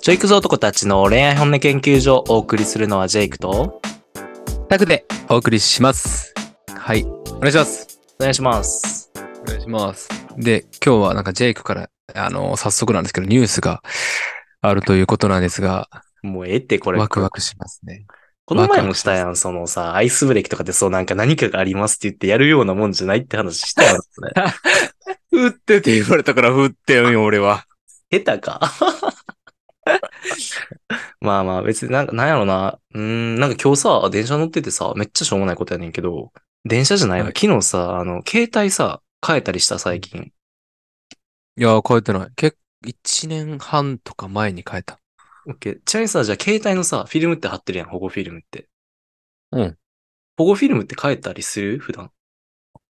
ジョイクズ男たちの恋愛本音研究所をお送りするのはジェイクと、タクでお送りします。はい。お願いします。お願いします。お願いします。で、今日はなんかジェイクから、あの、早速なんですけど、ニュースがあるということなんですが、もうええってこれ。ワクワクしますね。この前ワクもワクししたますやん、そのさ、アイスブレーキとかでそうなんか何かがありますって言ってやるようなもんじゃないって話したやん、そ れ。打ってって言われたから打ってよ、俺は。下手か。 まあまあ、別になんか、なんやろな。うーん、なんか今日さ、電車乗っててさ、めっちゃしょうもないことやねんけど、電車じゃないわ。はい昨日さ、あの、携帯さ、変えたりした最近。いやー、変えてない。結構、1年半とか前に変えた。 オッケー。ちなみにさ、じゃあ携帯のさ、フィルムって貼ってるやん、保護フィルムって。うん。保護フィルムって変えたりする普段。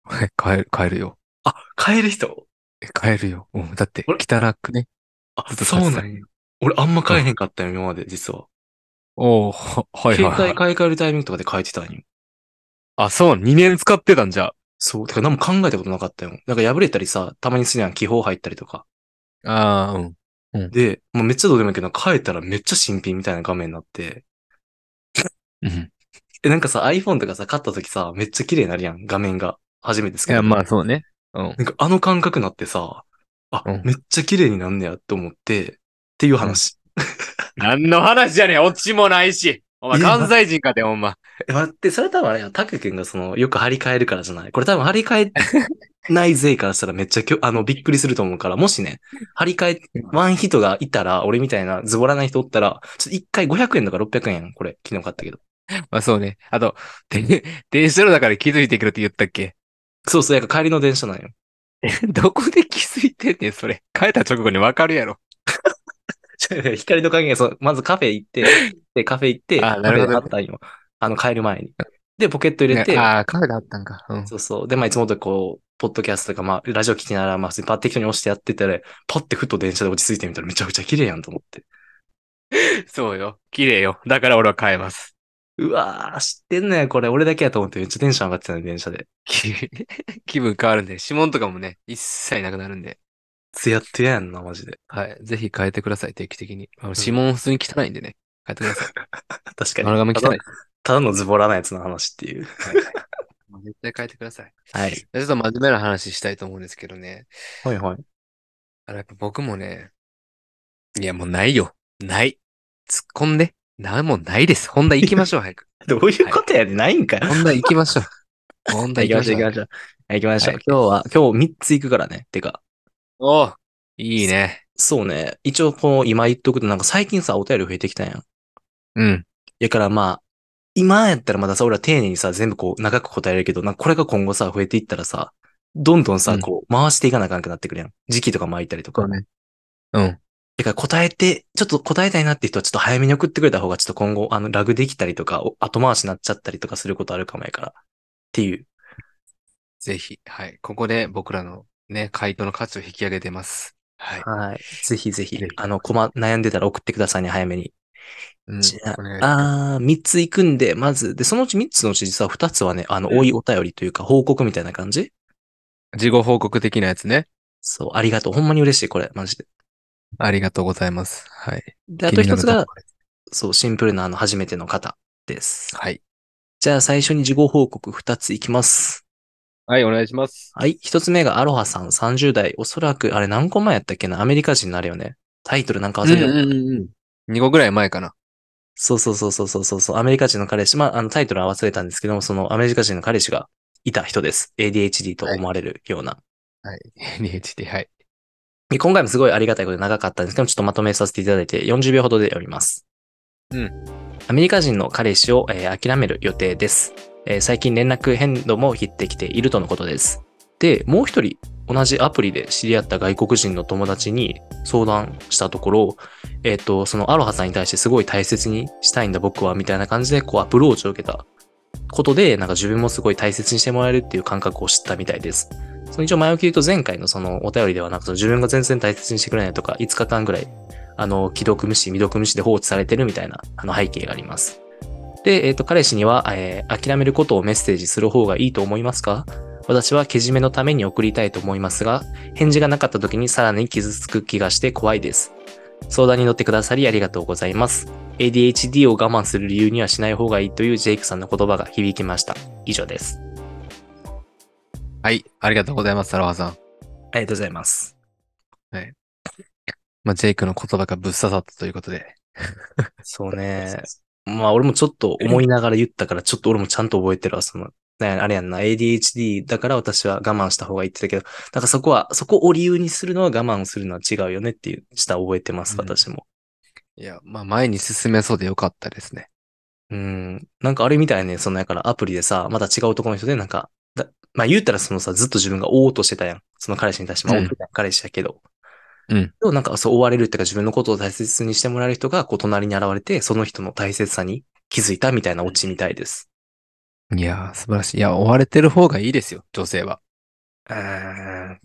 はい変える、変えるよ。あ、変える人え変えるよ。うん、だって、あれ汚くね。あ、ずっとそさうなんや。俺あんま変えへんかったよ、今まで、実は。おおは携帯買い替えるタイミングとかで変えてたんよ。あ、そう、2年使ってたんじゃ。そう。てか何も考えたことなかったよ。なんか破れたりさ、たまにするやん、気泡入ったりとか。ああ、うん。で、もうめっちゃどうでもいいけど、変えたらめっちゃ新品みたいな画面になって。うん。え、なんかさ、iPhone とかさ、買った時さ、めっちゃ綺麗になるやん、画面が。初めてですいけど。や、まあそうね。うん。なんかあの感覚になってさ、あ、うんめっちゃ綺麗になんねやって思って、っていう話。何の話やねん、オチもないし。お前、いや関西人かて、ほんま。え待って、それ多分あれやん、タク君がその、よく張り替えるからじゃない。これ多分張り替えない勢からしたらめっちゃきょ、あ の、びっくりすると思うから、もしね、張り替え、ワン人がいたら、俺みたいなズボラな人おったら、ちょっと一回500円とか600円やん、これ、昨日買ったけど。まあそうね。あと、で 電車の中で気づいてくるって言ったっけ そうそう、やっぱ帰りの電車なんよ。 どこで気づいてんねん、それ。帰った直後にわかるやろ。ちょ光の加減がそう、まずカフェ行って、で、カフェ行って、あなるほカフどねェであったんよ。あの、帰る前に。で、ポケット入れて、ああ、カフェがあったんか。うん。そうそう。で、まあ、いつもとこう、ポッドキャストとか、まあ、ラジオ聞きながら、まあ、普通にパッて適当に押してやってたら、パッてふと電車で落ち着いてみたら、めちゃくちゃ綺麗やんと思って。そうよ。綺麗よ。だから俺は変えます。 うわー、知ってんねこれ。俺だけやと思って、めっちゃテンション上がってたね、電車で。気気分変わるんで、指紋とかもね、一切なくなるんで。つやつややんな、マジで。はい。ぜひ変えてください、定期的に。あの指紋普通に汚いんでね。変えてくだ さい。確かに。 丸亀た汚だい。ただのズボラなやつの話っていう。もう絶対変えてく ださい。はい。ちょっと真面目な話したいと思うんですけどね。はいはい。あの、やっぱ僕もね、いや、もうないよ。ない。突っ込んで。なんもないです。本題行きまし ょう、早く。どういうことやねん、ないんかよ。本題行きましょう。本題行きましょう。ょう。はい、行きましょう。はい今日は、今日3つ行くからね。てか、おういいね。そうね。一応、こう、今言っとくと、なんか最近さ、お便り増えてきたやん。うん。やからまあ、今やったらまださ、俺は丁寧にさ、全部こう、長く答えれるけど、なんかこれが今後さ、増えていったらさ、どんどんさ、うんこう、回していかなあかんくなってくるやん。時期とか巻いたりとか。ね。うん。だから答えて、ちょっと答えたいなって人はちょっと早めに送ってくれた方が、ちょっと今後、あの、ラグできたりとか、お後回しになっちゃったりとかすることあるかもやから。っていう。ぜひ、はい。ここで僕らのね、回答の価値を引き上げてます。はい。はい。ぜひぜひぜひ、あの、困、悩んでたら送ってくださいね、早めに。うんじゃあお願いしますあー、3つ行くんで、まず、で、そのうち3つのうち実は2つはね、あの、追いお便りというか、報告みたいな感じ事後報告的なやつね。そう、ありがとう。ほんまに嬉しい、これ、マジで。ありがとうございます。はい。で、あと気に一なるつとこが、そう、シンプルなあの、初めての方です。はい。じゃあ、最初に事後報告2ついきます。はい、お願いします。はい。1つ目が、アロハさん30代。おそらく、あれ何個前やったっけなアメリカ人になるよね。タイトルなんか忘れた。 2個ぐらい前かな。 そうそうそうそうそうそうそう。アメリカ人の彼氏。まあ、あの、タイトルは忘れたんですけども、その、アメリカ人の彼氏がいた人です。ADHD と思われるような。はい。NHT、はい。で今回もすごいありがたいことで長かったんですけども、ちょっとまとめさせていただいて40秒ほどで読みます。うん。アメリカ人の彼氏を、えー諦める予定です、えー最近連絡変動も減ってきているとのことです。で、もう一人、同じアプリで知り合った外国人の友達に相談したところ、えっ、と、そのアロハさんに対してすごい大切にしたいんだ僕は、みたいな感じでこうアプローチを受けたことで、なんか自分もすごい大切にしてもらえるっていう感覚を知ったみたいです。その一応前置きで言うと前回のそのお便りではなくその自分が全然大切にしてくれないとか5日間ぐらいあの既読無視未読無視で放置されてるみたいなあの背景がありますで、えっと彼氏には、えー諦めることをメッセージする方がいいと思いますか私はけじめのために送りたいと思いますが、返事がなかった時にさらに傷つく気がして怖いです。相談に乗ってくださりありがとうございます。ADHD を我慢する理由にはしない方がいいというジェイクさんの言葉が響きました。以上です。はい。ありがとうございます、サロハさん。ありがとうございます。まあ、ジェイクの言葉がぶっ刺さったということで。そうね。まあ俺もちょっと思いながら言ったから、ちょっと俺もちゃんと覚えてるわ、その。ねあれやんな、ADHD だから私は我慢した方がいいって言ったけど、だからそこは、そこを理由にするのは我慢するのは違うよねっていう、した覚えてます、うん私も。いや、まあ、前に進めそうでよかったですね。うん。なんかあれみたいね、そのやからアプリでさ、また違う男の人でなんか、だまあ言うたらそのさ、ずっと自分が追おうとしてたやん。その彼氏に対して、まあうん追ってた彼氏やけど。うんでもなんかそう追われるっていうか自分のことを大切にしてもらえる人がこう隣に現れて、その人の大切さに気づいたみたいなオチみたいです。いやー、素晴らしい。いや、追われてる方がいいですよ、女性は。うん。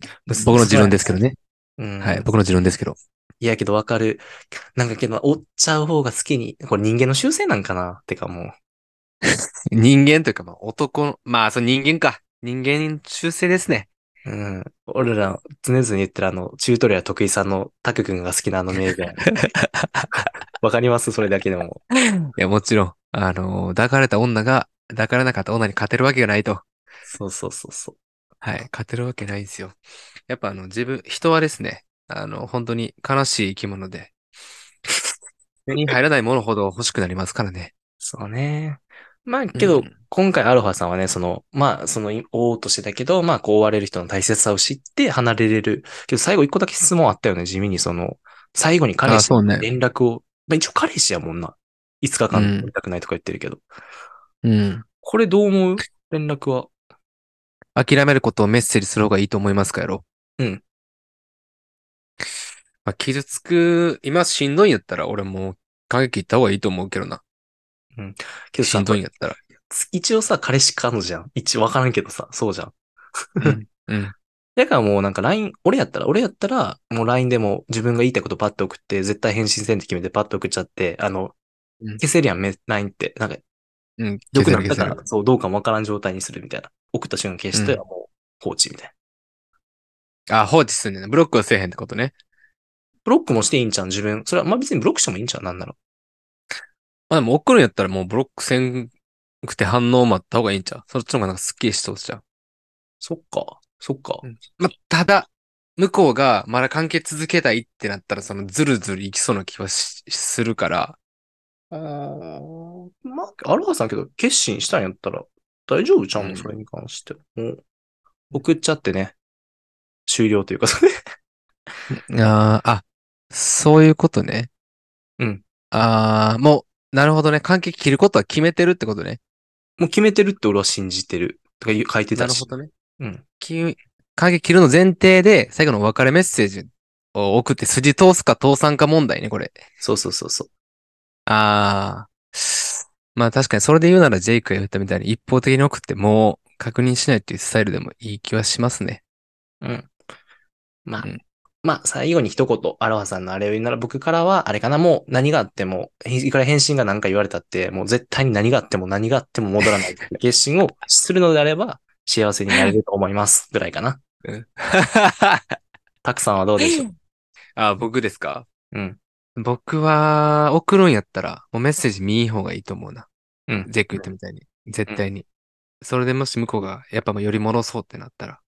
僕の持論ですけどね。うん。はい、僕の持論ですけど。いやけどわかる。なんかけど、追っちゃう方が好きに、これ人間の習性なんかなってかもう。人間というか、まあ、男の、まあ、そう、人間か。人間修正ですね。うん。俺ら、常々言ってるあの、チュートリアル得意さんのタク君が好きなあの名 言。わかりますそれだけでも。いや、もちろん、あのー抱かれた女が、抱かれなかった女に勝てるわけがないと。そうそうそうそう。はい、勝てるわけないんですよ。やっぱ、あの、自分、人はですね、あの、本当に悲しい生き物で、手に入らないものほど欲しくなりますからね。そうね。まあけど、うん今回アロハさんはね、その、まあ、その、追おうとしてたけど、まあ、こう追われる人の大切さを知って離れれる。けど、最後一個だけ質問あったよね、地味にその、最後に彼あ、氏そうね。連絡を、まあ一応彼氏やもんな。5日間連絡ないとか言ってるけど。うん。これどう思う連絡は。諦めることをメッセージする方がいいと思いますかやろうん。まあ、傷つく、今しんどいんやったら、俺もう、感激行った方がいいと思うけどな。けどしさん、どいんやったら。一応さ、彼氏彼女じゃん。一応わからんけどさ、そうじゃん。 うん。うん。だからもうなんか LINE、俺やったら、俺やったら、もう LINE でも自分が言いたいことパッと送って、絶対返信せんって決めてパッと送っちゃって、あの、うん消せるやん、め LINE って。なんか、うん。良くな消っせたるから消せる、そう、どうかもわからん状態にするみたいな。送った瞬間消して、うんもう放置みたいな。あ、放置すんねんな。ブロックはせえへんってことね。ブロックもしていいんじゃん、自分。それは、まあ別にブロックしてもいいんじゃん、なんなら。まあでも送るんやったらもうブロックせんくて反応待った方がいいんちゃうそっちの方がなんかスッキリしそうちゃう。そっか、そっか。まあ、ただ、向こうがまだ関係続けたいってなったら、そのズルズルいきそうな気はしするから、あーまあ、アルファさんけど、決心したんやったら大丈夫ちゃううのんそれに関して。もう、送っちゃってね、終了というか、 それ。あーあ、そういうことね。うん。ああ、もう、なるほどね。関係切ることは決めてるってことね。もう決めてるって俺は信じてる。とか言う書いてなたるしほ。どね。うん。き関係切るの前提で、最後のお別れメッセージを送って筋通すか通さんか問題ね、これ。そうそうそうそう。ああ。まあ確かにそれで言うならジェイクが言ったみたいに一方的に送ってもう確認しないっていうスタイルでもいい気はしま すね。うん。まあ、うんまあ、最後に一言、アロハさんのあれを言うなら僕からは、あれかな、もう何があっても、へんいくら返信が何か言われたって、もう絶対に何があっても何があっても戻らないっていう決心をするのであれば、幸せになれると思います。ぐらいかな。たくさんはどうで しょうあ、僕ですかうん。僕は送るんやったらもうメッセージ見い方がいいと思うな。うん。ジェイク言ったみたいに。絶対に。それでもし向こうがやっぱもう寄り戻そうってなったら、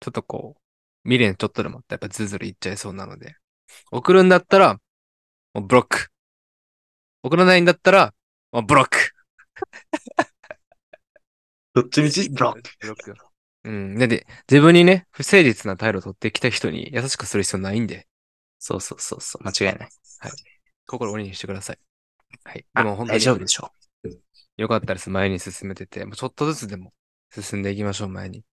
ちょっとこう、未練ちょっとでもあったらやっぱズルズルいっちゃいそうなので、送るんだったら、もうブロック。送らないんだったら、もうブロック。どっちみち、ブロック。ブロックようん。なんで、自分にね、不誠実な態度を取ってきた人に優しくする必要ないんで、そうそうそうそう、間違いない。心を鬼にしてください。はい。あでも本当大に丈夫でしょよかったです。前に進めてて、もうちょっとずつでも進んでいきましょう、前に。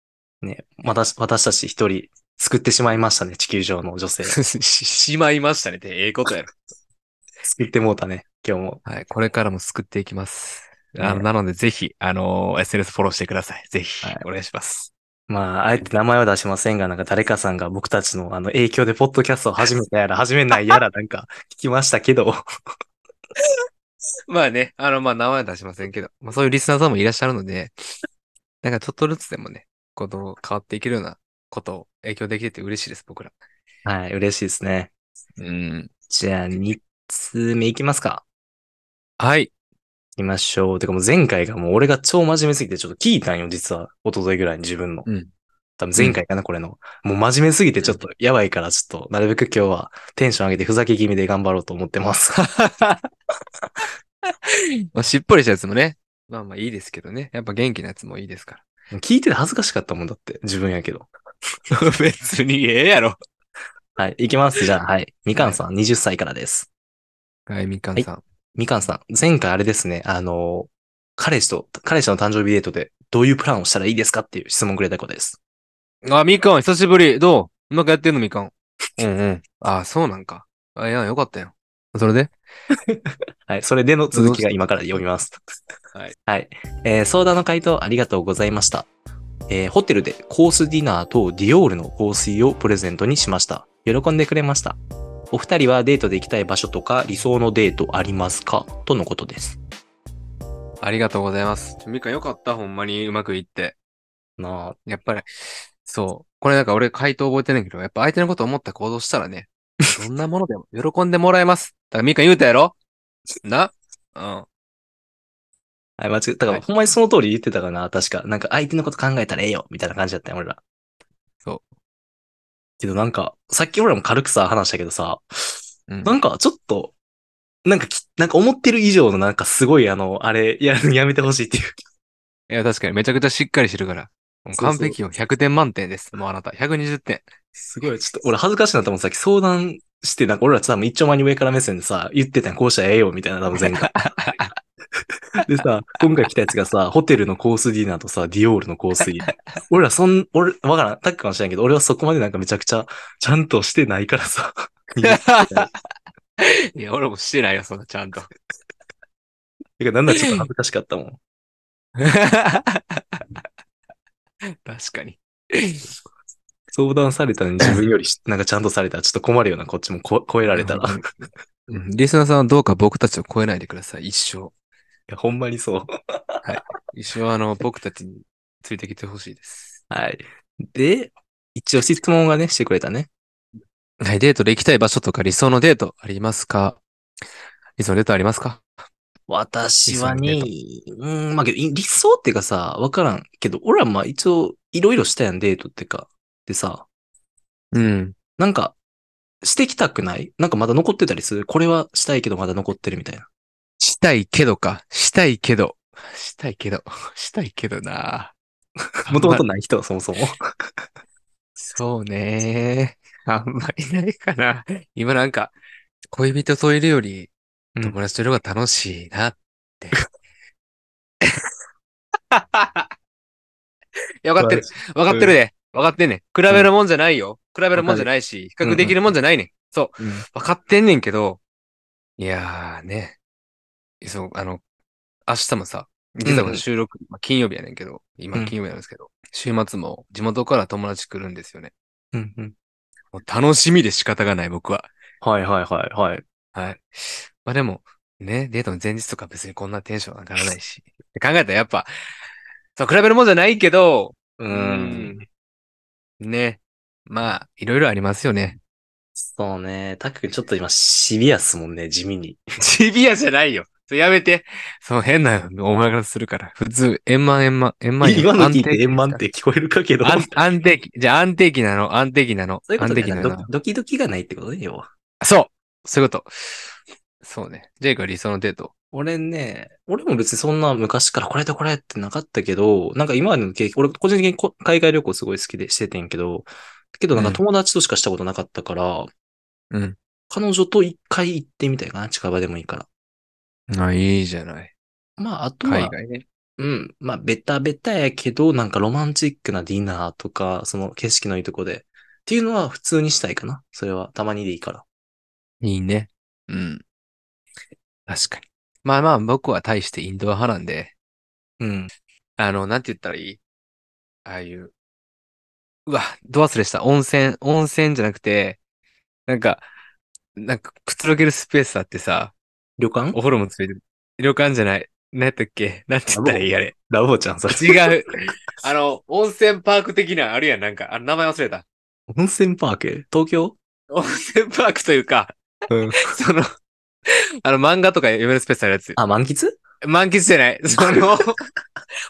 う。ね、私、私たち一人救ってしまいましたね、地球上の 女性を。 ししまいましたねって、ええことやろ。救ってもうたね、今日も。はい。これからも救っていきます。ねあのなので、ぜひ、あのー SNS フォローしてください。ぜひはい、お願いします。まあ、あえて名前は出しませんが、なんか誰かさんが僕たちのあの影響でポッドキャストを始めたやら、始めないやら、なんか聞きましたけど、まあね、あの、まあ、名前は出しませんけど、まあ、そういうリスナーさんもいらっしゃるので、なんかちょっとずつでもね、この変わっていけるようなことを影響できてて嬉しいです、僕ら。 はい、嬉しいですね。うん。じゃあ、2つ目いきますか。はいい。きましょう。てかもう前回がもう俺が超真面目すぎてちょっと聞いたんよ、実は。一昨日ぐらいに自分の。うん多分前回かな、これの。もう真面目すぎてちょっとやばいから、ちょっとなるべく今日はテンション上げてふざけ気味で頑張ろうと思って ます。まあ、しっぽりしたやつもね。まあまあいいですけどね。やっぱ元気なやつもいいですから。聞いてて恥ずかしかったもんだって、自分やけど。 別にええやろ。はい、いきます。じゃあ、はい。みかんさん、20歳からです。はい、みかんさん。みかんさん、前回あれですね、あの、彼氏と、彼氏の誕生日デートでどういうプランをしたらいいですかっていう質問くれた子です。あ、みかん、久しぶり。どううまくやってんの、みかん。うんうん。あ、そうなんか。あ、いや、よかったよ。それではい。それでの続きが今から読みます。はい。はい。えー相談の回答ありがとうございました。えーホテルでコースディナーとディオールの香水をプレゼントにしました。喜んでくれました。お二人はデートで行きたい場所とか理想のデートありますかとのことです。ありがとうございます。みかん、よかった。ほんまにうまくいって。なあ、やっぱり、そう。これなんか俺回答覚えてないけど、やっぱ相手のこと思った行動したらね、どんなものでも 喜んでもらえます。だからみかん言うたやろなうん。はい、間違えた。だから、はいほんまにその通り言ってたかな、確か。なんか、相手のこと考えたらええよ、みたいな感じだったよ、俺ら。。そうけどなんか、さっき俺らも軽くさ、話したけどさ、うんなんかちょっと、なんかき、なんか思ってる以上のなんかすごいあの、あれ、や るのやめてほしいっていう。いや、確かにめちゃくちゃしっかりしてるから。もう完璧よ。100点満点です。もうあなた。120点。す ごい、ちょっと俺恥ずかしいなと思ってさっき相談して、なんか俺ら多分一丁前に上から目線でさ、言ってたんこうしたらええよ、みたいな多分前 回。 でさ、今回来たやつがさ、ホテルのコースディナーとさ、ディオールの香 水。俺らそん、俺、わからん、タックかもしれんけど、俺はそこまでなんかめちゃくちゃ、ちゃんとしてないから さ。いや、俺もしてないよ、そんな、ちゃんと。てか、なんだちょっと恥ずかしかったもん。 確かに。相談されたのに自分よりし、なんかちゃんとされたらちょっと困るような、こっちもこ超えられ たら。いうんリスナーさんはどうか僕たちを超えないでください、一生。や、ほんまにそう。一生、あの、僕たちについてきてほしいです。はい。で、一応質問がね、してくれたね。はい、デートで行きたい場所とか理想のデートありますか理想のデートありますか私はね理想の、うん、まあけど、い理想っていうかさ、わからんけど、俺はまあ一応、いろいろしたやん、デートってか。でさ、うん。なんか、してきたくないなんかまだ残ってたりするこれはしたいけどまだ残ってるみたい な。したいけどか。したいけど。したいけど。したいけどなもともとない人、そもそも。そうね あんまりないかな。今なんか、恋人といるより、うん友達といる方が楽しい なって。いや分かってる。分かってるで。分かってんねん。比べるもんじゃないよ。比べるもんじゃないし、比る較できるもんじゃないねん。そう うん。分かってんねんけど、いやーね。そう、あの、明日もさ、実はこうんの収録、まあ金曜日やねんけど、今うん金曜日なんですけど、週末も地元から友達来るんですよね。うんうん。もう楽しみで仕方がない、僕は。はいはいはいはい。はい。まあでも、ね、デートの前日とか別にこんなテンション上がらないし。って考えたらやっぱ、そう、比べるもんじゃないけど、ううーん。。ね。まあ、いろいろありますよね。そうね。たっくんちょっと今シビアっすもんね、地味に。シビアじゃないよ。それやめて。そう、変なお前がするから。普通、円満円満、円満今の聞いて円満満って聞こえるかけど。安安定期。じゃあ安定期なの、安定期なの、 そういうこ安とだ定期よなねのド。ドキドキがないってことね、要は。そうそういうこと。そうね。ジェイクは理想のデート。俺ね、俺も別にそんな昔からこれとこれってなかったけど、なんか今までの経験、俺個人的にこ海外旅行すごい好きでしててんけど、けどなんうかん友達としかしたことなかったから、うん。彼女と一回行ってみたいかな、近場でもいいから。あ、いいじゃない。まあ、あと海は、外ね。うん、まあ、ベタベタやけど、なんかロマンチックなディナーとか、その景色のいいとこで。っていうのは普通にしたいかな。それはたまにでいいから。いいね。うん。確かに。まあまあ、僕は大してインドア派なんで、うん。あの、なんて言ったらいいああいう。うわ、ド忘れした。温泉、温泉じゃなくて、なんか、なんか、くつろげるスペースあってさ、旅館お風呂もついてる。旅館じゃない。何やったっけなんて言ったらいいあれ。ラボーちゃん、それ。違う。 あの、温泉パーク的なのあるやん、なんか。あの、名前忘れた。温泉パーク東京温泉パークというか、うん。その、あの、漫画とか読めるスペースあるやつ。あ、満喫満喫じゃ ない。その、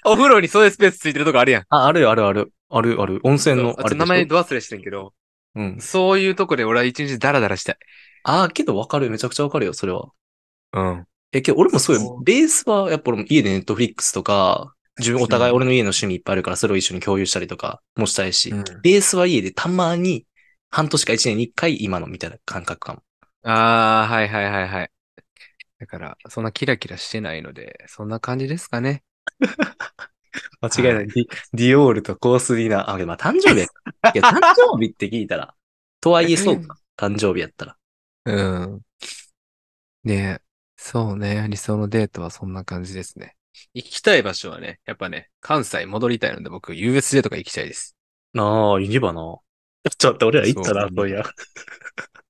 お風呂にそういうスペースついてるとこあるやん。あ、あるよ、あるある。あるある。温泉の、ああとれでしょ名前ど忘れしてんけど、うん。そういうとこで俺は一日ダラダラしたい。ああ、けどわかる。めちゃくちゃわかるよ、それは。うん。え、けど俺もそうそよう。ベースは、やっぱ俺も家でネットフリックスとか、自分、お互いうん俺の家の趣味いっぱいあるから、それを一緒に共有したりとかもしたいし、ベースは家でたまに、半年か一年に一回今のみたいな感覚かも。ああ、はいはいはいはい。だから、そんなキラキラしてないので、そんな感じですかね。間違いない。ディディオールと香水な、あ、でもまあ誕生 日やいや、誕生日って聞いたら、とはいえそうか。誕生日やったら。うん。ねえ。そうね。理想のデートはそんな感じですね。行きたい場所はね、やっぱね、関西戻りたいので僕、USJ とか行きたいです。なあ、いればな。ちょっと俺ら行ったな、そうそういや。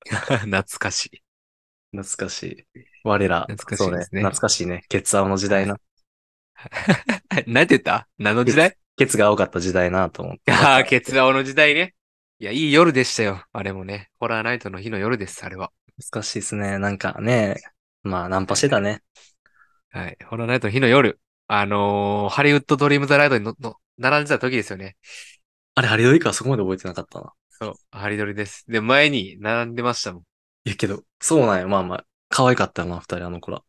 懐かし い。懐かしい。我ら、懐かしいですねそう懐かしいね。ケツ青の時代な。何て言った何の時代ケツが青かった時代なと思って。 ああ、ケツ青の時代ね。いや、いい夜でしたよ。あれもね。ホラーナイトの日の夜です、あれは。懐かしいですね。なんかね、まあ、ナンパしてたね。はい。ホラーナイトの日の夜。あのーハリウッドドリームザライドにのの並んでた時ですよね。あれ、ハリドリかそこまで覚えてなかったな。そう、ハリドリです。で、前に並んでましたもん。いやけど、そうなんよ。まあまあ、可愛かったよな、二人あの子ら。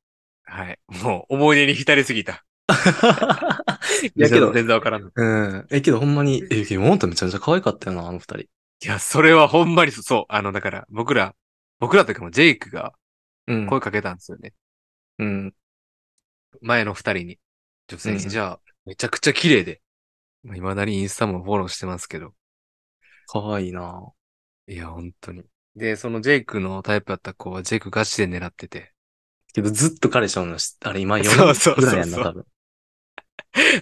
はい。もう、思い出に浸りすぎた。 いやけど、全然わからん。い うん。え、けどほんまに、え、けど、ほんとめちゃめちゃ可愛かったよな、あの二人。や、それはほんまにそそう。あの、だから、僕ら、僕らというかもうジェイクがうん。声かけたんですよね。うん。前の二人に。女性に、うんじゃあ、めちゃくちゃ綺麗で。まあ、未だにインスタもフォローしてますけど。可愛いないや、本当に。で、そのジェイクのタイプだった子はジェイクガチで狙って て。けど、ずっと彼氏おんのし、あれ今4そうそうそう年ぐらいやんな、そう多分。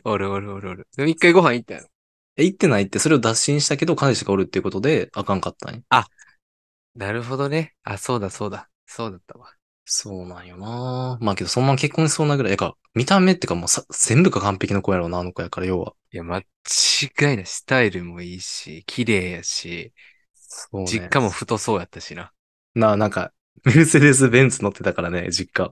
おるおるおるおる。でも一回ご飯行ったよ。え、行ってないって、それを脱診したけど、彼氏がおるっていうことで、あかんかったんや。なるほどね。あ、そうだそうだ。そうだったわ。そうなんよなまあけど、そのまま結婚しそうなぐらい。やか、見た目ってかもうさ、全部が完璧な子やろうな、あの子やから、要は。いや、間違いない。スタイルもいいし、綺麗やし、そうね実家も太そうやったしな。なあ、なんか、メルセデス・ベンツ乗ってたからね、実家。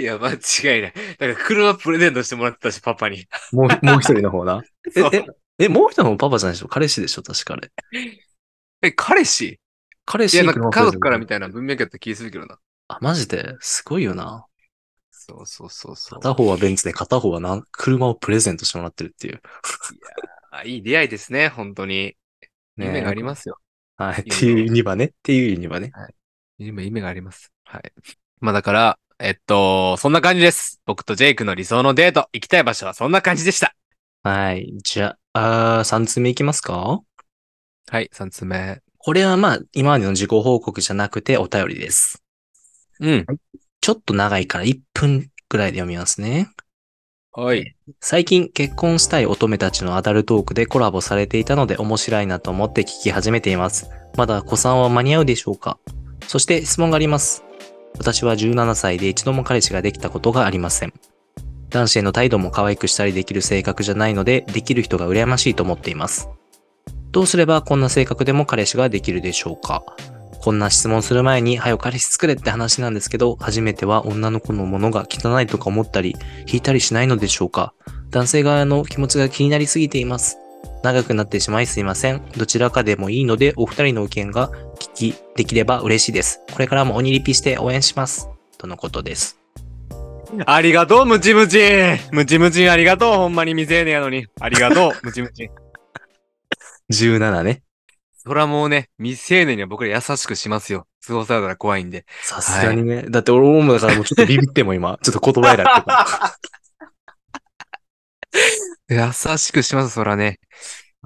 いや、間違いない。だから車プレゼントしてもらってたし、パパに。もう、もう 一人の方な。え そう、え、え、もう一人の方パパじゃないでしょ彼氏でしょ確かあれ。え、彼氏彼い氏や、なんか家族からみたいたいな文脈やった気するけどな。な。あ、マジで、すごいよな。そうそうそうそう。片方はベンツで片方はなん車をプレゼントしてもらってるっていう。あいい出会いですね、本当に。ね。夢がありますすよ。はい。っていうユニバね。っていうユニバね。夢、夢があります。はい。まあだから、えっと、そんな感じです。僕とジェイクの理想のデート、行きたい場所はそんな感じでした。はい。じゃあ、あ3つ目いきますかはい、3つ目。これはまあ、今までの自己報告じゃなくてお便りです。うん。ちょっと長いから1分くらいで読みますね。はい。最近結婚したい乙女たちのアダルトークでコラボされていたので面白いなと思って聞き始めています。まだ子さんは間に合うでしょうかそして質問があります。私は17歳で一度も彼氏ができたことがありません。男子への態度も可愛くしたりできる性格じゃないので、できる人が羨ましいと思っています。どうすればこんな性格でも彼氏ができるでしょうかこんな質問する前に、はよ彼氏作れって話なんですけど、初めては女の子のものが汚いとか思ったり、引いたりしないのでしょうか男性側の気持ちが気になりすぎています。長くなってしまいすいません。どちらかでもいいので、お二人の意見が聞きできれば嬉しいです。これからも鬼リピして応援します。とのことです。ありがとう、ムチムチムチムチありがとう、ほんまに未成年やのに。ありが とう、ムチムチ17ね。そらもうね、未成年には僕ら優しくしますよ。通報されたら怖いんで。さすがにね。だって俺もだからもうちょっとビビっても今、 ちょっと言葉選びとか。 優しくします、そらね。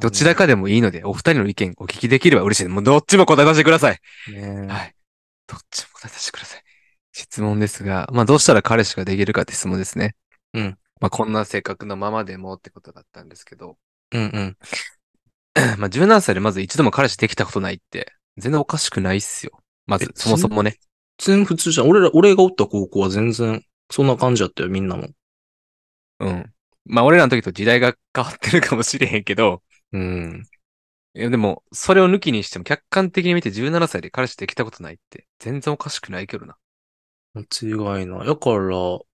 どちらかでもいいので、お二人の意見お聞きできれば嬉しいです。もうどっちも答えさせてください。 ねはいどっちも答えさせてください。質問ですが、まあどうしたら彼氏ができるかって質問ですね。うん。まあこんな性格のままでもってことだったんですけど、 うんうん。まあ17歳でまず一度も彼氏できたことないって、全然おかしくないっすよ。まずえ、そもそもね。全然普通じゃん。俺ら、俺がおった高校は全然、そんな感じだったよ、みんなも。うん。まあ、俺らの時と時代が変わってるかもしれへんけど、うん。いや、でも、それを抜きにしても客観的に見て17歳で彼氏できたことないって、全然おかしくないけどな。間違いない。だから、そ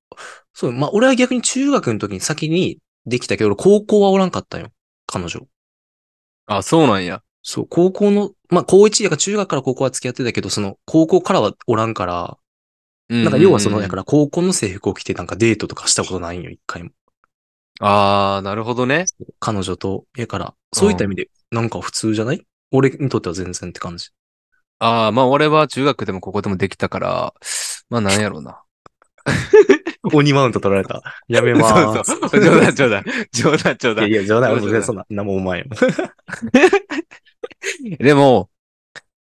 う、まあ、俺は逆に中学の時に先にできたけど、俺高校はおらんかったんよ。彼女。あ、そうなんや。。そう、高校の、まあ、高1やから中学から高校は付き合ってたけど、その、高校からはおらんから、なんか要はその、だからら高校の制服を着てなんかデートとかしたことないんよ、一回も。あー、なるほどね。彼女と、やから、そういった意味で、なんか普通じゃない俺にとっては全然って感じ。あー、まあ俺は中学でもここでもできたから、まあなんやろうな。鬼マウント取られた。やめま ーす。 そうそう。 冗談冗談。冗談冗いやいや、談。冗談、そうそう俺もそんな、なんもお前よ。でも、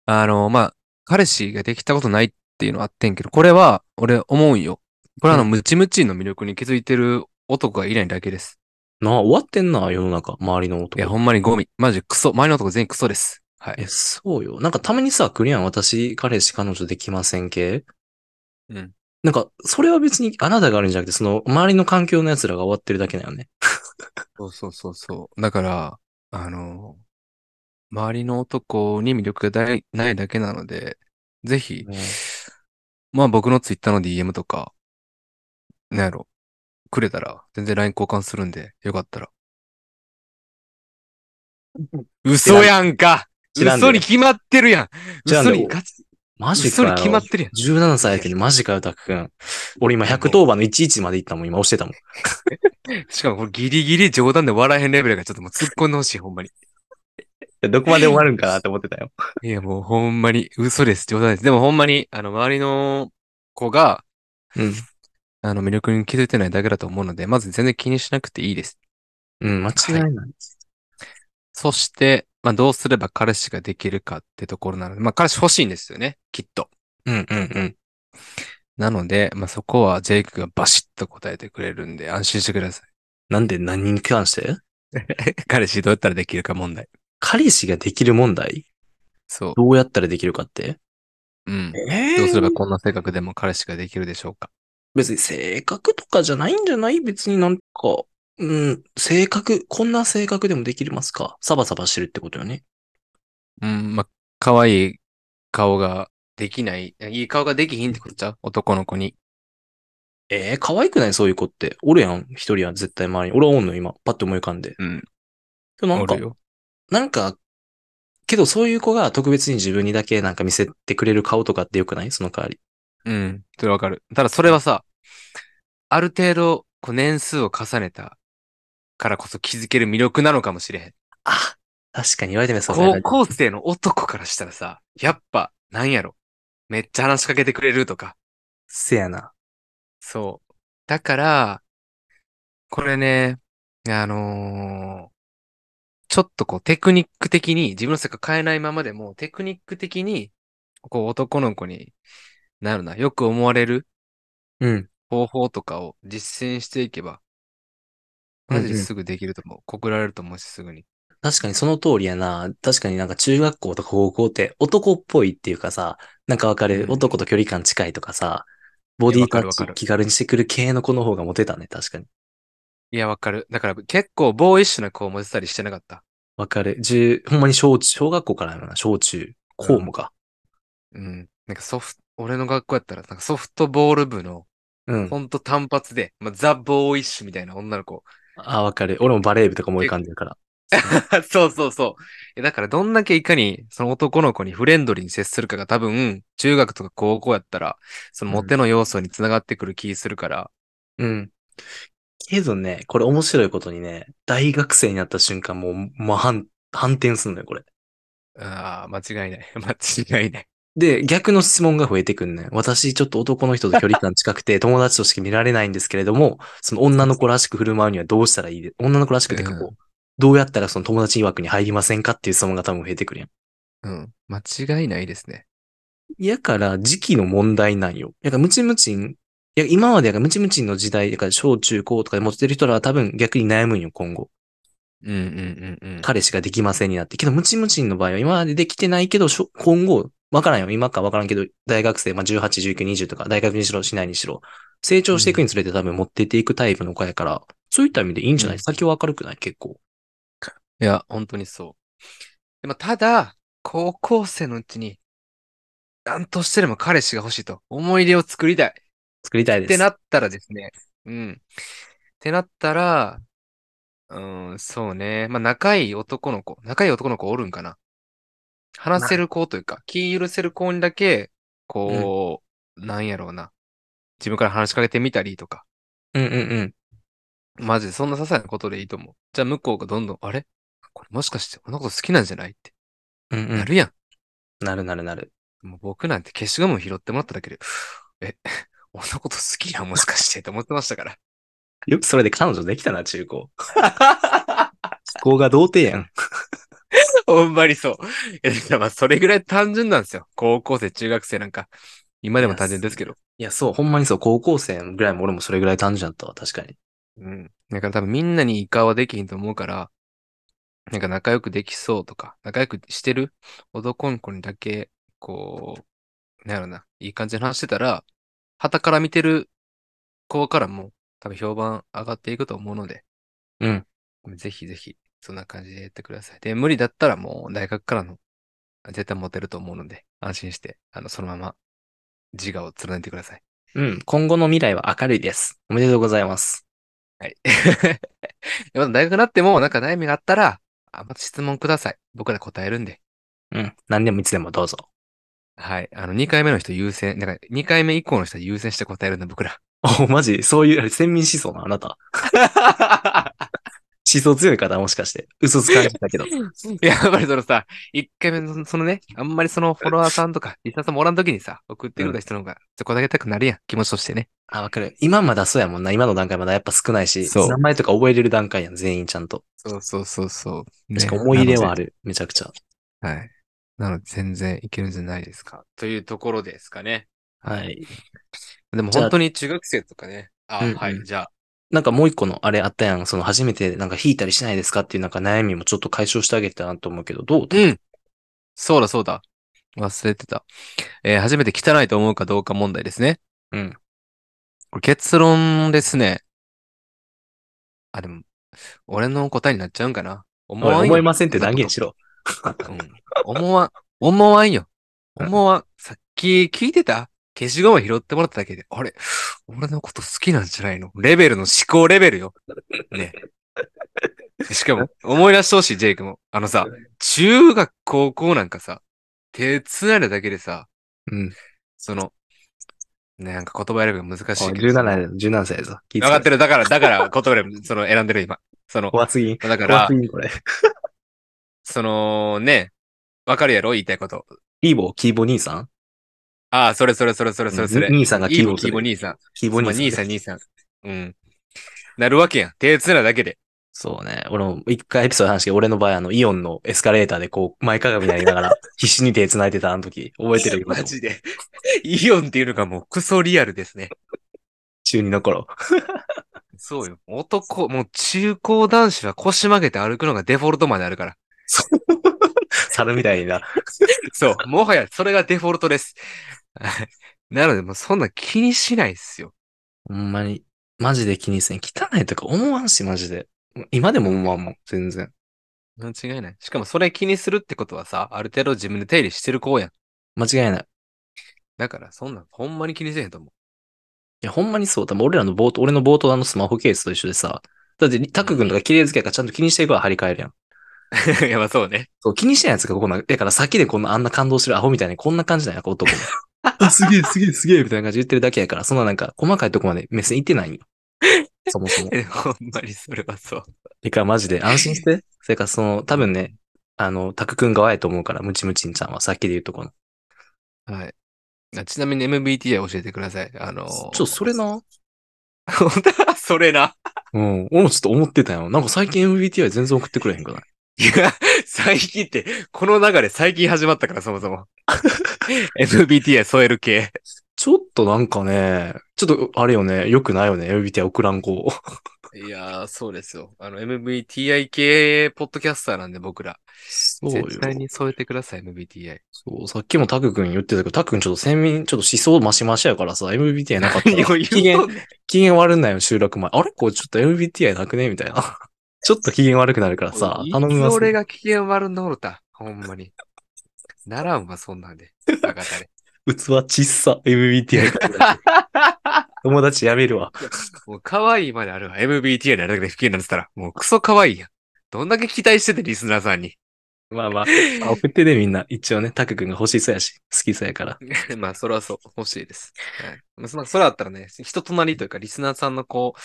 あの、まあ、彼氏ができたことないっていうのはあってんけど、これは、俺思うんよ。これはあの、ムチムチの魅力に気づいてる男がいないだけです。なあ、終わってんな、世の中、周りの男。いや、ほんまにゴミ。マジクソ。周りの男全員クソです。はえ、い。そうよ。なんかたまにさ、クリアン、私、彼氏、彼女できません系うん。なんか、それは別にあなたがあるんじゃなくて、その、周りの環境の奴らが終わってるだけだよね。そうそうそうそう。だから、あの、周りの男に魅力がないないだけなので、ぜひ、ねまあ僕のツイッターの DM とか、なんやろ、くれたら全然 LINE 交換するんで、よかっ たら。嘘やんか知らんで嘘に決まってるやん知らんで嘘にガチ、マジ嘘かによ。決まってるやん。 17歳やけど、マジかよ、たくくん。俺今、110番の11まで行ったもん、今押してたもん。しかもこれギリギリ冗談で笑えへんレベルがちょっともう突っ込んでほしい、ほんまに。どこまで終わるんかなって思ってたよ。いやもうほんまに嘘です、冗談です。でもほんまに、あの周りの子が、うん。あの魅力に気づいてないだけだと思うので、まず全然気にしなくていいです。うん、間違いない。そして、まあ、どうすれば彼氏ができるかってところなので、まあ、彼氏欲しいんですよね、きっと。うん、うん、うん。なので、まあ、そこはジェイクがバシッと答えてくれるんで、安心してください。 なんで何に関して彼氏どうやったらできるか問題。彼氏ができる問題そどうやったらできるかってう。うん。えどうすればーこんな性格でも彼氏ができるでしょうか。別に性格とかじゃないんじゃない別になんか、うん、性格、こんな性格でもできますかサバサバしてるってことよね。うん、まあ、可愛い顔ができない、いい顔ができひんってことちゃう男の子に。えー、可愛くないそういう子って。おるやん、一人は絶対周りに。俺はおんの、今。パッと思い浮かんで。うん。でもなんかおる、よ。なんか、けどそういう子が特別に自分にだけなんか見せてくれる顔とかってよくないその代わり。うん。それわかる。ただそれはさ、ある程度、こう年数を重ねたからこそ気づける魅力なのかもしれへん。あ、確かに言われてみればそうだ高ね校生の男からしたらさ、やっぱ、なんやろ。めっちゃ話しかけてくれるとか。せやな。そう。だから、これね、あのーちょっとこうテクニック的に、自分の性格変えないままでも、テクニック的に、こう男の子になるな、よく思われるうん。方法とかを実践していけば、マジですぐできると思う。告られると思うし、すぐに。確かにその通りやな。確かになんか中学校とか高校って男っぽいっていうかさ、なんかわかるうん男と距離感近いとかさ、ボディタいやッわかるわかるチ気軽にしてくる系の子の方がモテたね。確かに。いや、わかる。だから結構ボーイッシュな子を持てたりしてなかった。わかる。十、ほんまに小中、小学校からやろな。小中、高もか。うん。なんかソフト、俺の学校やったら、なんかソフトボール部の、うん。ほんと単発で、まあ、ザ・ボーイッシュみたいな女の子。 あ、わかる。俺もバレー部とか思い浮かんでるから。そうそうそういや。だからどんだけいかに、その男の子にフレンドリーに接するかが多分、中学とか高校やったら、そのモテの要素につながってくる気するから。うん。けどね、これ面白いことにね、大学生になった瞬間もう、まあ、反、反転すんのよ、これ。ああ、間違い ない。間違いない。で、逆の質問が増えてくんねん。私、ちょっと男の人と距離感近くて、友達としか見られないんですけれども、その女の子らしく振る舞うにはどうしたらいいで、女の子らしくてかこう、うどうやったらその友達曰くに入りませんかっていう質問が多分増えてくるやん。うん。間違いないですね。やから、時期の問題なんよ。やから、ムチムチン、いや、今までやから、ムチムチンの時代、やから、小中高とかで持ってる人らは多分逆に悩むんよ、今後。うんうんうんうん。彼氏ができませんになって。けど、ムチムチンの場合は今までできてないけど、しょ今後、わからんよ。今かわからんけど、大学生、まあ、18、19、20とか、大学にしろ、しないにしろ、成長していくにつれて多分持ってっていくタイプの子やから、そういった意味でいいんじゃない、うん先は明るくない結構。いや、本当にそう。でも、ただ、高校生のうちに、なんとしてでも彼氏が欲しいと、思い出を作りたい。作りたいっです。てなったらですね、うん。ってなったら、うん、そうね。まあ、仲いい男の子、仲いい男の子おるんかな。話せる子というか、気許せる子にだけ、こう、なんやろうな。自分から話しかけてみたりとか、うんうんうん。マジでそんな些細なことでいいと思う。じゃあ向こうがどんどん、あれこれもしかしてこのこと好きなんじゃないってうんうんなるやん。なるなるなる。もう僕なんて消しゴム拾ってもらっただけで、え、 俺のこと好きやんもしかしてって思ってましたから。 よくそれで彼女できたな、中 高。気候が童貞やん。ほんまにそう。 いやだからまあそれぐらい単純なんですよ。高校生、中学生なんか。今でも単純ですけど。いや、そう、ほんまにそう、高校生ぐらいも俺もそれぐらい単純だったわ、確かに。うん。だから多分みんなにイカはできひんと思うから、なんか仲良くできそうとか、仲良くしてる男の子にだけ、こう、なんやろな、いい感じの話してたら、傍から見てる子からも多分評判上がっていくと思うので、うん。ぜひぜひ、そんな感じでやってください。で、無理だったらもう大学からの、絶対モテると思うので、安心して、あの、そのまま自我を貫いてください。うん、今後の未来は明るいです。おめでとうございます。はい。 また大学になっても、なんか悩みがあったら、あまた質問ください。僕ら答えるんで。うん、何でもいつでもどうぞ。はい。あの、2回目の人優先、なんか2回目以降の人は優先して答えるんで、僕ら。お、 マジそういう、あれ、先民思想な、あな た。思想強い方、もしかして。嘘つかれてたけど。 いや、やっぱりそのさ、1回目のそのそのね、あんまりそのフォロワーさんとか、リスナーさんもおらんときにさ、送ってくれた人の方が、ちょっと答えたくなるやん。気持ちとしてね。あ、わかる。今まだそうやもんな。今の段階まだやっぱ少ないし、そう名前とか覚えれる段階やん、全員ちゃんと。そうそうそうそう。しかも思い入れはある。る。めちゃくちゃ。はい。なので、全然いけるんじゃないですか。というところですかね。は。い。でもじゃあ本当に中学生とかね。あ、うんうんはい。じゃあ、なんかもう一個のあれあったやん。その初めてなんか引いたりしないですかっていうなんか悩みもちょっと解消してあげたなと思うけど、どううん。そうだそうだ。忘れてた。えー初めて汚いと思うかどうか問題ですね。うん。これ結論ですね。あ、でも、俺の答えになっちゃうんかな。思おいわんよ思いませんって断言しろ。うん思わん、思わんよ。うん思わん。さっき聞いてた消しゴム拾ってもらっただけで、あれ俺のこと好きなんじゃないのレベルの思考レベルよ。ね。しかも、思い出してほしい、ジェイクも。あのさ、中学、高校なんかさ、手つないだだけでさ、うん。その、ね、なんか言葉選びが難しいけど。 17やぞ、17歳やぞ。分分かっる。てる。だから、だから言葉選び、その選んでる今。その、怖すぎん。だか怖らす、ぎん、これ。そのね、わかるやろ言いたいこと。キーボー、キーボー兄さんああ、それそれそれそれそれそれ。兄さんがキキーーボボーーすキーボーる。兄さん。キーボまーあ兄さん。兄さん兄さん。うん。なるわけやん。手つなだけで。そうね。俺も一回エピソード話して、俺の場合、あの、イオンのエスカレーターでこう、前かがみになりながら、必死に手繋いでた、あの時。覚えてる今マでもジで。 イオンっていうのがもうクソリアルですね。中二の頃。そうよ。男、もう中高男子は腰曲げて歩くのがデフォルトまであるから。猿みたいな。そう。もはやそれがデフォルトです。 はいなのでもうそんな気にしないっすよ。ほんまに、マジで気にせん。汚いとか思わんし、マジで。今でも思わんもん、全然。間違いない。しかもそれ気にするってことはさ、ある程度自分で手入れしてる子やん。間違いない。だからそんなんほんまに気にせえへんと思う。いや、ほんまにそう。多分俺らの冒頭、俺の冒頭のあのスマホケースと一緒でさ。だって、タク君とか綺麗好きやからちゃんと気にしていくわ、張り替えるやん。いや、まあそう ね。そう、気にしてないやつがここな、だからさっきでこんなあんな感動してるアホみたいにこんな感じなんや、こう男も。 あすげえすげえすげえみたいな感じで言ってるだけやから、そんななんか細かいとこまで目線いって ないんよ。そもそも。えほんまにそれはそう。てかマジで安心して。それからその、多分ね、あの、タク君側やと思うから、ムチムチンちゃんはさっきで言うとこの。はい。あちなみに MBTI 教えてください。あのー、ちょ、それ。な。 それな。うん。俺もちょっと思ってたよ。なんか最近 MBTI 全然送ってくれへんくないいや、最近って、この流れ最近始まったから、そもそも。MBTI 添える系。ちょっとなんかね、ちょっとあれよね、良くないよね、MBTI 送らん子。いやー、そうですよ。あの、MBTI 系ポッドキャスターなんで、僕ら。そうよ。絶対に添えてください、MBTI。 そう、さっきもタク君言ってたけど、タク君ちょっと先民、ちょっと思想マシマシやからさ、MBTI なかったら、余機裕嫌と、ね機嫌悪んないよ、収録前。あれこれちょっと MBTI なくねみたいな。 ちょっと機嫌悪くなるからさ、頼みいまつす、俺が機嫌悪なおるた。ほんまに。ならんわ、そんなんで。バカたれ。器ちっさ、MBTI 書いてある。 友達やめるわ。 もう可愛いまであるわ。MBTI であれだけで不機嫌になってたら、もうクソ可愛いやん。どんだけ期待してて、リスナーさんに。まあまあ、あ送ってね、みんな。一応ね、タク君が欲しそうやし、好きそうやから。 まあ、それはそう。欲しいです。はい。まあ、そまあそれだったらね、人となりというか、リスナーさんのこう、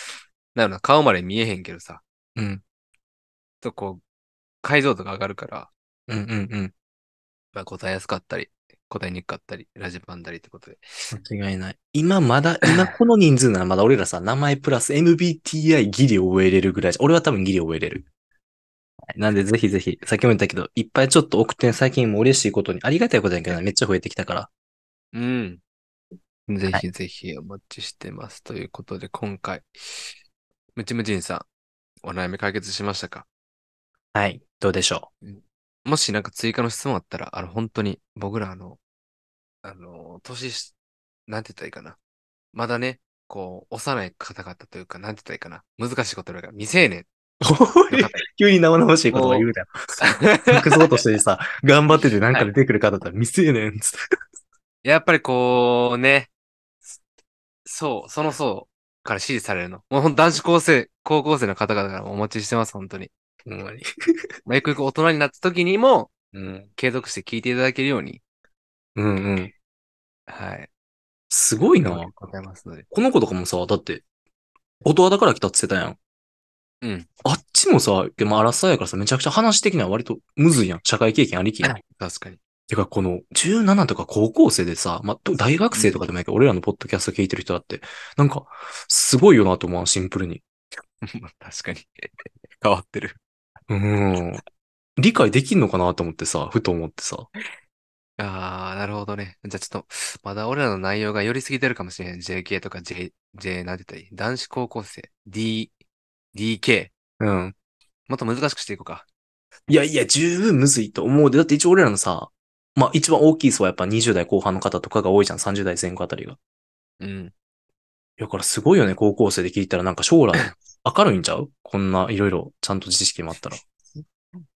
なるな、顔まで見えへんけどさ、うん。ちょっとこう、解像度が上がるから、うんうんまあ、答えやすかったり、答えにくかったり、ラジバンだりってことで。うん。間違いない。今まだ、今この人数ならまだ俺らさ、名前プラス MBTI ギリ覚えれるぐらいじゃ俺は多分ギリ覚えれる。はいなんでぜひぜひ、さっきも言ったけど、いっぱいちょっと送ってね、最近も嬉しいことに、ありがたいことやけどなめっちゃ増えてきたから。うん。ぜひぜひお待ちしてます。ということで、今回、ムチムチンさん、お悩み解決しましたかはい。どうでしょもしなんか追加の質問あったら、あの、本当に、僕らあの、あの、年し、なんて言ったらいいかな。まだね、こう、幼い方々というか、なんて言ったらいいかな。難しいことだから、未成年う。の方急に生々しいことを言うなよ。隠そうとしてさ、頑張っててなんか出てくる方だったら未成年っつって。 やっぱりこうね、そう、その層から支持されるの。もうほんと男子高生、高校生の方々からもお待ちしてます、本当に。ほんまに。まあ、ゆくゆく大人になった時にも、うん。継続して聞いていただけるように、うんうん。はい。すごいな。ございますので。この子とかもさ、だって、音羽だから来たって言ってたやん。うん。あっちもさ、でも争いやからさ、めちゃくちゃ話的には割とむずいやん。社会経験ありきやん。確かに。てか、この17とか高校生でさ、まあ、と大学生とかでもいいけど、俺らのポッドキャスト聞いてる人だって、なんか、すごいよなと思う、シンプルに。まあ確かに。 変わってる。うん。理解できんのかなと思ってさ、ふと思ってさ。ああ、なるほどね。じゃあちょっと、まだ俺らの内容が寄りすぎてるかもしれない。JK とか J、J なんて言ったらいい男子高校生。D、DK。うん。もっと難しくしていこうか。いやいや、十分むずいと思うで。だって一応俺らのさ、まあ一番大きい層はやっぱ20代後半の方とかが多いじゃん、30代前後あたりが。うん。だからすごいよね、高校生で聞いたらなんか将来明るいんちゃうこんないろいろちゃんと知識もあったら。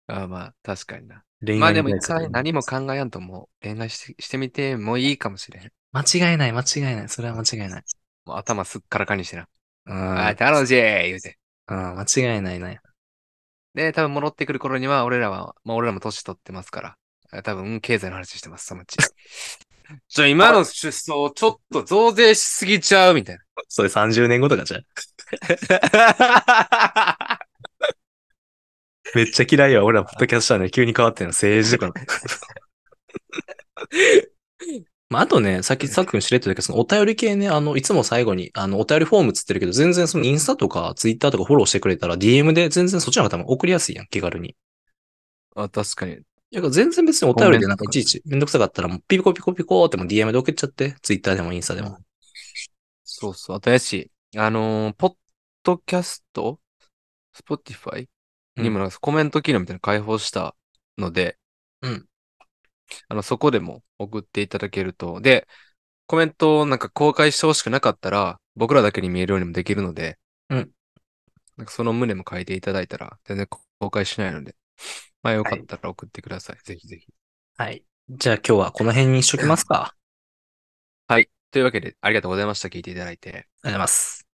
ああ、まあ、確かにな。恋まあでもに一対する回何も考えやんともう恋愛して、してみてもいいかもしれん。間違いない、間違いない。それは間違いない。もう頭すっからかにしてな。うん。ああ、楽しい言うて。うん、間違いないね。で、多分戻ってくる頃には、俺らは、まあ俺らも年取ってますから、あ多分経済の話してます、その うち。ちょ、今の出走、ちょっと増税しすぎちゃう、みたいそれ30年後とかじ ゃん。な。めっちゃ嫌いよ。俺らポッドキャストしたね。急に変わってんの。政治とかの。 まあ、あとね、さっきさっくん知れてたけど、そのお便り系ね、あの、いつも最後に、あの、お便りフォームつってるけど、全然そのインスタとかツイッターとかフォローしてくれたら、DM で全然そっちの方も送りやすいやん、気軽に。あ、確かに。だから全然別にお便りでなんかコメいちントとかいちめんどくさかったら、もうピコピコピコってもう DM で送っちゃって、ツイッターでもインスタでも。そうそう。あとやし、あのーポッドキャストスポティファイうんにもなんかコメント機能みたいなの開放したので、うんあの、そこでも送っていただけると。で、コメントをなんか公開してほしくなかったら、僕らだけに見えるようにもできるので、うんなんかその旨も書いていただいたら、全然公開しないので、まあよかったら送ってください。ぜひぜひ。はい。じゃあ今日はこの辺にしときますか。というわけで、ありがとうございました。聞いていただいて。ありがとうございます。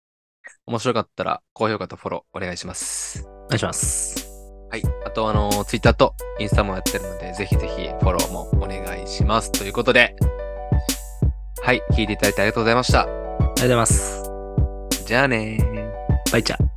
面白かったら、高評価とフォローお願いします。お願いします。はい。あと、あのツイッター Twitter とインスタもやってるので、ぜひぜひフォローもお願いします。ということで、はい。聞いていただいてありがとうございました。ありがとうございます。じゃあねー。バイチャー。